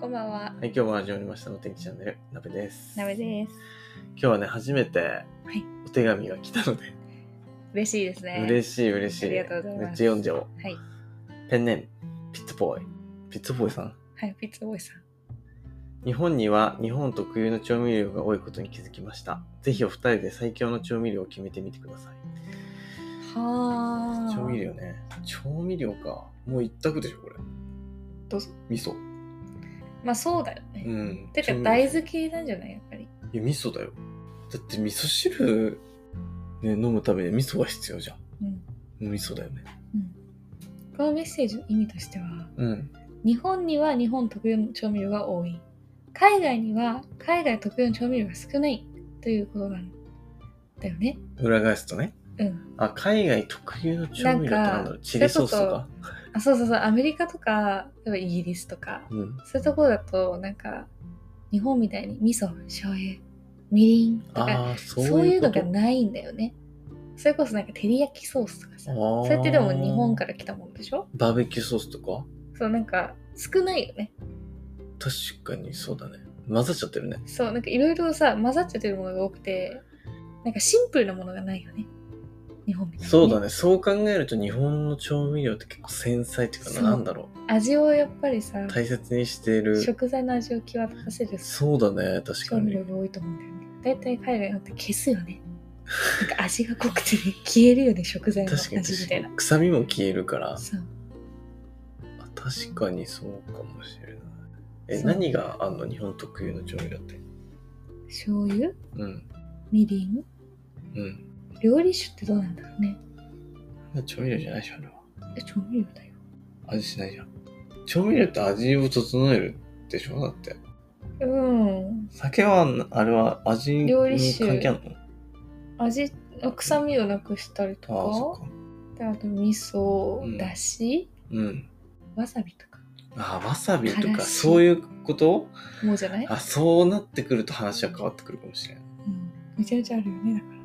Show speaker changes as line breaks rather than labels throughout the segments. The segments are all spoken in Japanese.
ばんは。
はい、今日も始まりました。お天気チャンネル、なべです。
なべ
今
です。
日はね、初めて
はい
お手紙が来たので、
嬉しいですね。
嬉しい嬉しい。
ありがとうございま
め
す
っちゃ読んじゃおう。
はい。
ペンネーム、ピッツボーイ。ピッツボーイさん
はい、ピッツボーイさん。
日本には日本特有の調味料が多いことに気づきました。ぜひお二人で最強の調味料を決めてみてください。
はあ。
調味料ね。調味料か。もう一択でしょ、これ。
どうぞ。
味噌。
まあそうだよね。
うん。
てか
調味料
大豆系なんじゃないやっぱり。
いや、味噌だよ。だって味噌汁、ね、飲むために味噌が必要じゃん。
うん。
もう味噌だよね。
このメッセージの意味としては、
うん。
日本には日本特有の調味料が多い。海外には海外特有の調味料が少ないということなんだよね。
裏返すとね。
うん。
あ、海外特有の調味料ってなんだ
な
ろ
ん
う
か
チリソースとか
あ、そうそうそう、アメリカとか、例えばイギリスとか、
うん。
そういうところだと、なんか、日本みたいに味噌、醤油、みりんとか、
ああ、そ
そう
うい
いうう
こ
の
と
がないんだよね。それこそなんか照り焼きソースとかさ。
あー
それってでも日本から来たものでしょ
バーベキューソースとか
そうなんか少ないよね。
確かにそうだね。混ざっちゃってるね。
そうなんかいろいろさ混ざっちゃってるものが多くて、なんかシンプルなものがないよね。日本みたいに、
そうだね。そう考えると日本の調味料って結構繊細っていうか
そ
な
う
なんだろ
味をやっぱりさ、
う。大切にしている。
食材の味を際立たせる
そうだね。確か
調味
に
料。が多いと思うんだよね。大体海外のって消すよね。なんか味が濃くて消えるよね、 食材の
確か
味
に
みたい
確か
な
に。。臭みも消えるから。
そう。
あ確かにそうかもしれない。え、
そう
何があんの日本特有の調味料って。
醤油
うん。
みりん
うん。
料理酒ってどうなんだろうね。
調味料じゃないでしょ、あれは。
え調味料だよ。
味しないじゃん。調味料って味を整えるでしょだって。
うん。
酒は、あれは味に
料理酒
関係あるの
味、臭みをなくしたりと
ああ、そ
か、
っか。
であと味噌、
うん
だし、
うん。
わさびとか。
ああ、わさびと
から
か、
し
そういうこと
もうじゃない、
あ、そうなってくると話は変わってくるかもしれない。
うん、めちゃめちゃあるよね、だからね。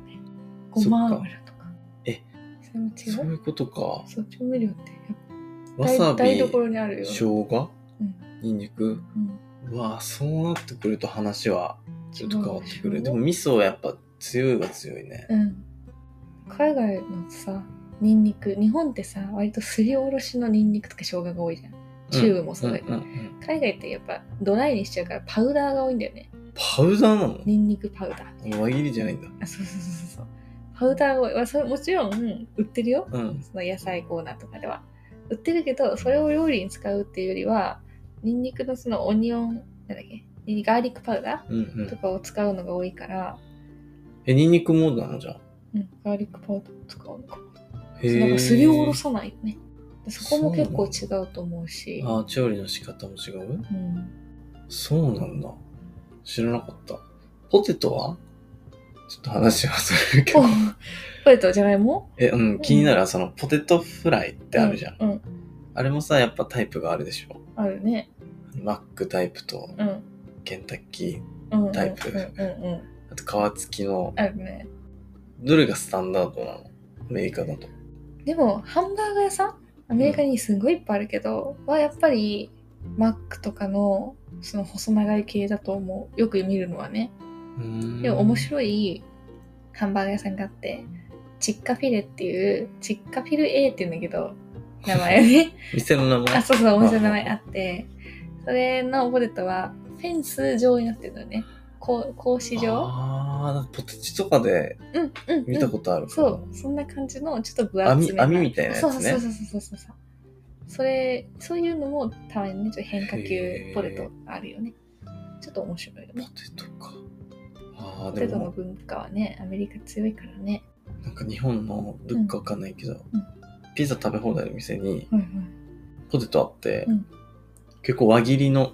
そっか
ごま油とか。
え
それも違
そう
う
いうことか。
そう、調味料ってやっぱ
わさ
台
び、
台所
生
にあるよ。
姜、
うん。
ニンニク。
うん。
うわあ、そうなってくると話はちょっと変わってく
違
る。
う
でも味噌はやっぱ強いは強いね。
うん。海外のさ、ニンニク、日本ってさ、割とすりおろしのニンニクとか生姜が多いじゃん。チューブもそうだけど、
んん
海外ってやっぱドライにしちゃうからパウダーが多いんだよね。
パウダーなの
ニンニクパウダー。
輪切りじゃないんだ。
あ、そうそうそうそう。パウダーが多いまあそれもちろん売ってるよ。
うん。
その野菜コーナーとかでは。売ってるけど、それを料理に使うっていうよりは、ニンニクのそのオニオン、なんだっけ、ニンニクガーリックパウダ
うんう
ーと
ん。
かを使うのが多いから、
え、ニンニクモードなのじゃあ。
うん、ガーリックパウダー使うのか。
へ
そう
ー
なんかすりおろさないよね。でそこも結構違うと思うし。
あー調理の仕方も違う
うん、
そうなんだ。知らなかった。ポテトはちょっと話はするけ
お
ど。
ポテトじゃがいも
え、うん、気になるそのポテトフライってあるじゃん。
うん、うん
あれもさ、やっぱタイプがあるでしょ。
あるね。
マックタイプと
うん。
ケンタッキー、
うんうん
タイプ
うんうんうん。
あと皮付きの、
あるね。
どれがスタンダードなのアメリカだと。
でも、ハンバーガー屋さんアメリカにすごいいっぱいあるけど、はやっぱり、マックとかの、その細長い系だと思う。よく見るのはね。でも面白いハンバーガー屋さんがあって、チッカフィレっていう、チッカフィル A って言うんだけど、名前をね。
い。店の名
あ、
前
そうそう、お店の名前あって、それのポテトはフェンス状になってるのよね。こう格子状
あーポテチとかで
うんうん、
見たことある
と
か
そ
ら
う、そんな感じのちょっと分厚め
網網みたいなやつね
そうそうそうそうそうそう。それ、そういうのもたまにね、ちょっと変化
へ
球
ー
ポテトがあるよね。ちょっと面白いよ
ポ
ね。
テトか。あ
ポ
あ、で
テトの
も、
文化はね、アメリカ強いからね。
なんか日本のどっかわかんないけど、
うん
ピザ食べ放題の店に
はいは
ポテトあって、
うん
結構輪切りの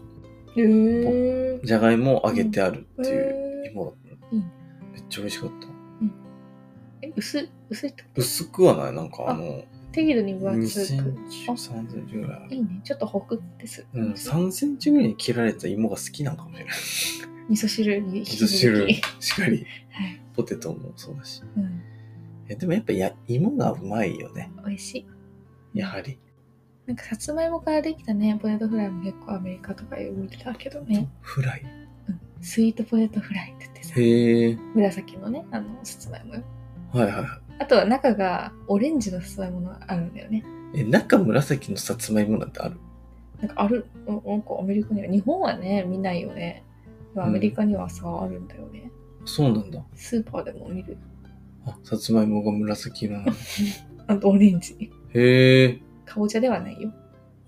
い。へ
じゃがいもを揚げてあるっていう
え
芋だった
いい
の
ね
めっちゃ美味しかった。
え、薄、薄いってこと
薄くはない、なんかあの、
適度に分
2
厚
セ
く。
ンチ、3センチぐらい。
いいね、ちょっとホクってする。
うん、3センチぐらいに切られた芋が好きなのかもしれない。
味噌汁に引き
味噌
続き
汁、しっかり、
はい、
ポテトもそうだし。
うん、
えでもやっぱや芋がうまいよね、
美味しい
やはり。
なんかさつまいもからできたね、ポテトフライも結構アメリカとかで見てたけどね。
フライ。
うん。スイートポテトフライって言ってさ、
へえ。
紫のね、あの、さつまいもよ。
はいはいはい。
あとは中がオレンジのさつまいものあるんだよね。
え、中紫のさつまいもなんてある
なんかある、うんなんかアメリカには、日本はね、見ないよね。で
う
もア
ん
メリカにはさ、あるんだよね。
そうなんだ。
スーパーでも見る。
あ、さつまいもが紫 色なの。
あとオレンジ。
へえ。
かぼちゃではないよ。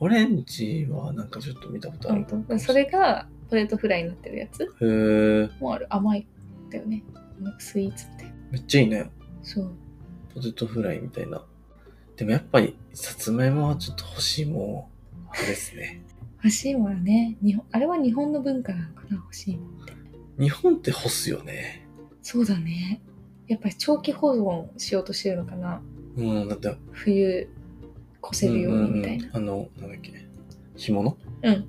オレンジはなんかちょっと見たことある。
うん、それがポテトフライになってるやつ
へえ。
もある。甘いんだよね。なんかスイーツみたいな。
めっちゃいいね。
そう。
ポテトフライみたいな。でもやっぱり、さつまいもはちょっと欲しいもん。あれです ね。
欲しいものはね日本、あれは日本の文化なのかな、欲しいものって。
日本って干すよね。
そうだね。やっぱり長期保存しようとしてるのかな。
うん、だって、
冬、越せるようにみたいな。
うんうんうんあの、なんだっけ。干物
うん。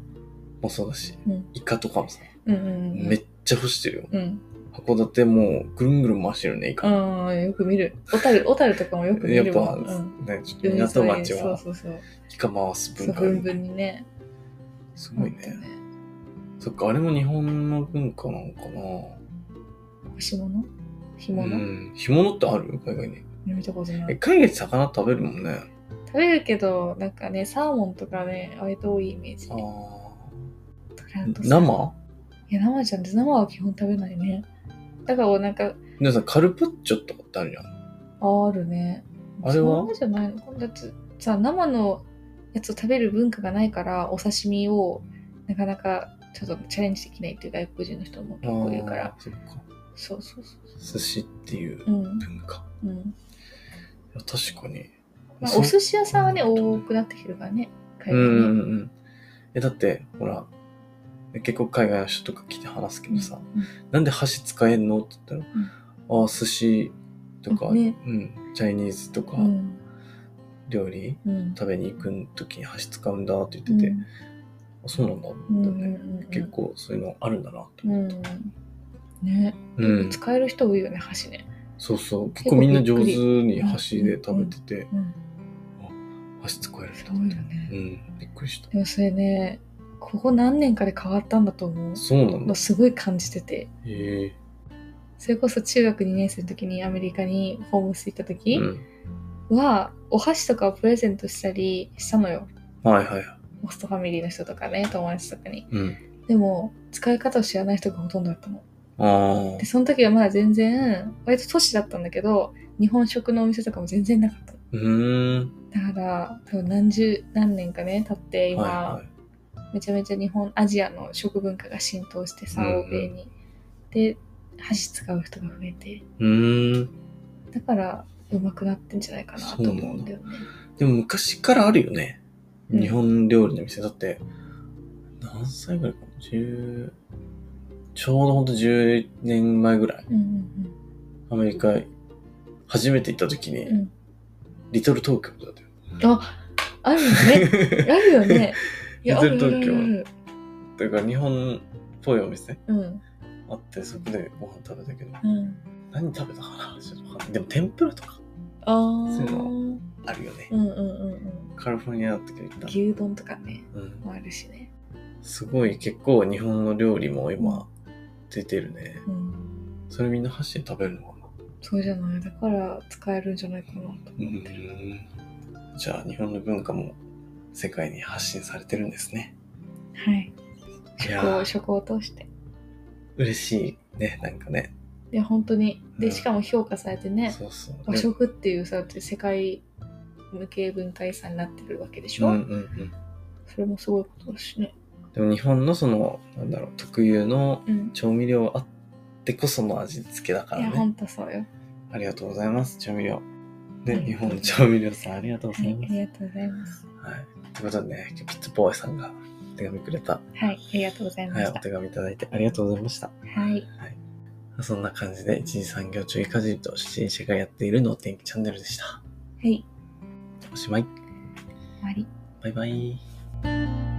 もそうだし、
うん
イカとかもさ、
うんうんうん。
めっちゃ干してるよ。
うん。
函館もうぐるんぐるん回してるね、イカ。
ああ、よく見る。小樽、小樽とかもよく見
やっ
る
ぱ、
わ。うん
ね、ちょっと港町
そう
は
そうそう。
イカ回す
そう、
文化
ぶ
が
んぶんにね。
すごい
ほんと
ね。そっか、あれも日本の文化なのかな
干し物干
う
物、
ん。干物ってある海外に。
見たことな
え
い。
海外って魚食べるもんね。
食べるけど、なんかね、サーモンとかね、割と多いイメージ。
あ
ト
ー
ラウトさ
生
いや、生じゃん。生は基本食べないね。だから、なんか、
皆さん、カルパッチョとかってあるじゃん。
ああるね。
あれは
そんなじゃないのかだってさ、生のやつを食べる文化がないから、お刺身をなかなかちょっとチャレンジできないっていう外国人の人も結構いるから。
あーそっか。
そうそうそ
寿
う
司っていう
そう。う
文
ん。
化。
うん。
いや確かに。
まあ、
そ
お寿司屋さんはね、多くなってきてるからね。海
うん
外
うん
に。
うん。え、だって、ほら、結構海外の人とか来て話すけどさ、
うん
なんで箸使えんのって言ったら、ああ、寿司とか、
ね
うん、チャイニーズとか
うん。うん。
料理
うん。
食べに行く時に箸使うんだって言ってて、あそうなんだって
うん。う
ね、
ん。
結構そういうのあるんだなって
う。ん。ね、
うん。
使える人多いよね、箸ね。
そうそう。結構みんな上手に
結構びっくり
箸で食べてて、
うん。
箸使えるん
す
だ
ごいよね。
うん、びっくりした。
でもそれね、ここ何年かで変わったんだと思う。
そうなんだ
の。すごい感じてて。
へ
それこそ中学2年生の時にアメリカにホームス行った
え。
時
うん。
は、お箸とかをプレゼントしたりしたのよ。
はいはい。
ホストファミリーの人とかね、友達とかに。
うん。
でも、使い方を知らない人がほとんどだったの。
ああ
で、。その時はまだ全然、割と都市だったんだけど、日本食のお店とかも全然なかったの。
うーん。
だから、多分何十何年かね、経って今、
はいはい。
めちゃめちゃ日本アジアの食文化が浸透してさ、
うんうん
欧米にで箸使う人が増えて
うーん。
だからうまくなってんじゃないかなと思うんだよね
でも昔からあるよね。
うん
日本料理の店。だって、何歳ぐらいかな10ちょうどほんと10年前ぐらい。
うんうん
アメリカ、初めて行った時に、
うんうん
リトル東京だったよ。
あるよ ねあるよ ねいやある
リ
あ
ト
る
ル
あ
東京
る
だから日本っぽいお店
あるうん
あって、そこでご飯食べたけど、
うん
何食べたかなちょっとわかんないでも天ぷらとか
あー
そういうの
うん
あるよね。
うんうんうん
カリフォルニアだったけど行った。
牛丼とかね
うん
もあるしね
すごい結構日本の料理も今出てるね。
うん
それみんな箸で食べるのかな
そうじゃないだから使えるんじゃないかなと思ってる、
じゃあ日本の文化も世界に発信されてるんですね。
はい
いや
食を
ー
食を通して
嬉しいね、なんかね。
で本当に
う
で
ん
しかも評価されてね、
そうそう。
和食っていうさ世界向け文化遺産になってるわけでし
うん
ょ、
うんうん。
それもすごいことだしね
でも日本のその、なんだろう、特有の
うん
調味料あってこその味付けだか
い
ら
やほ
ね。
んとそうよ
ありがとうございます、調味料。ね、
うん
日本の調味料さんありがとうご
は
ざい
い
ま
あ
す。
りがとうございます
はい。ということでね、今日ピッツボーイさんが手紙くれた、
はいありがとうございま
はい、
し
お
た
手紙いただいてありがとうございました。
はい
そんな感じで、一次産業中医家事と初心者がやっているのお天気チャンネルでした。
はい
おしまい。
終わり
バイバイ。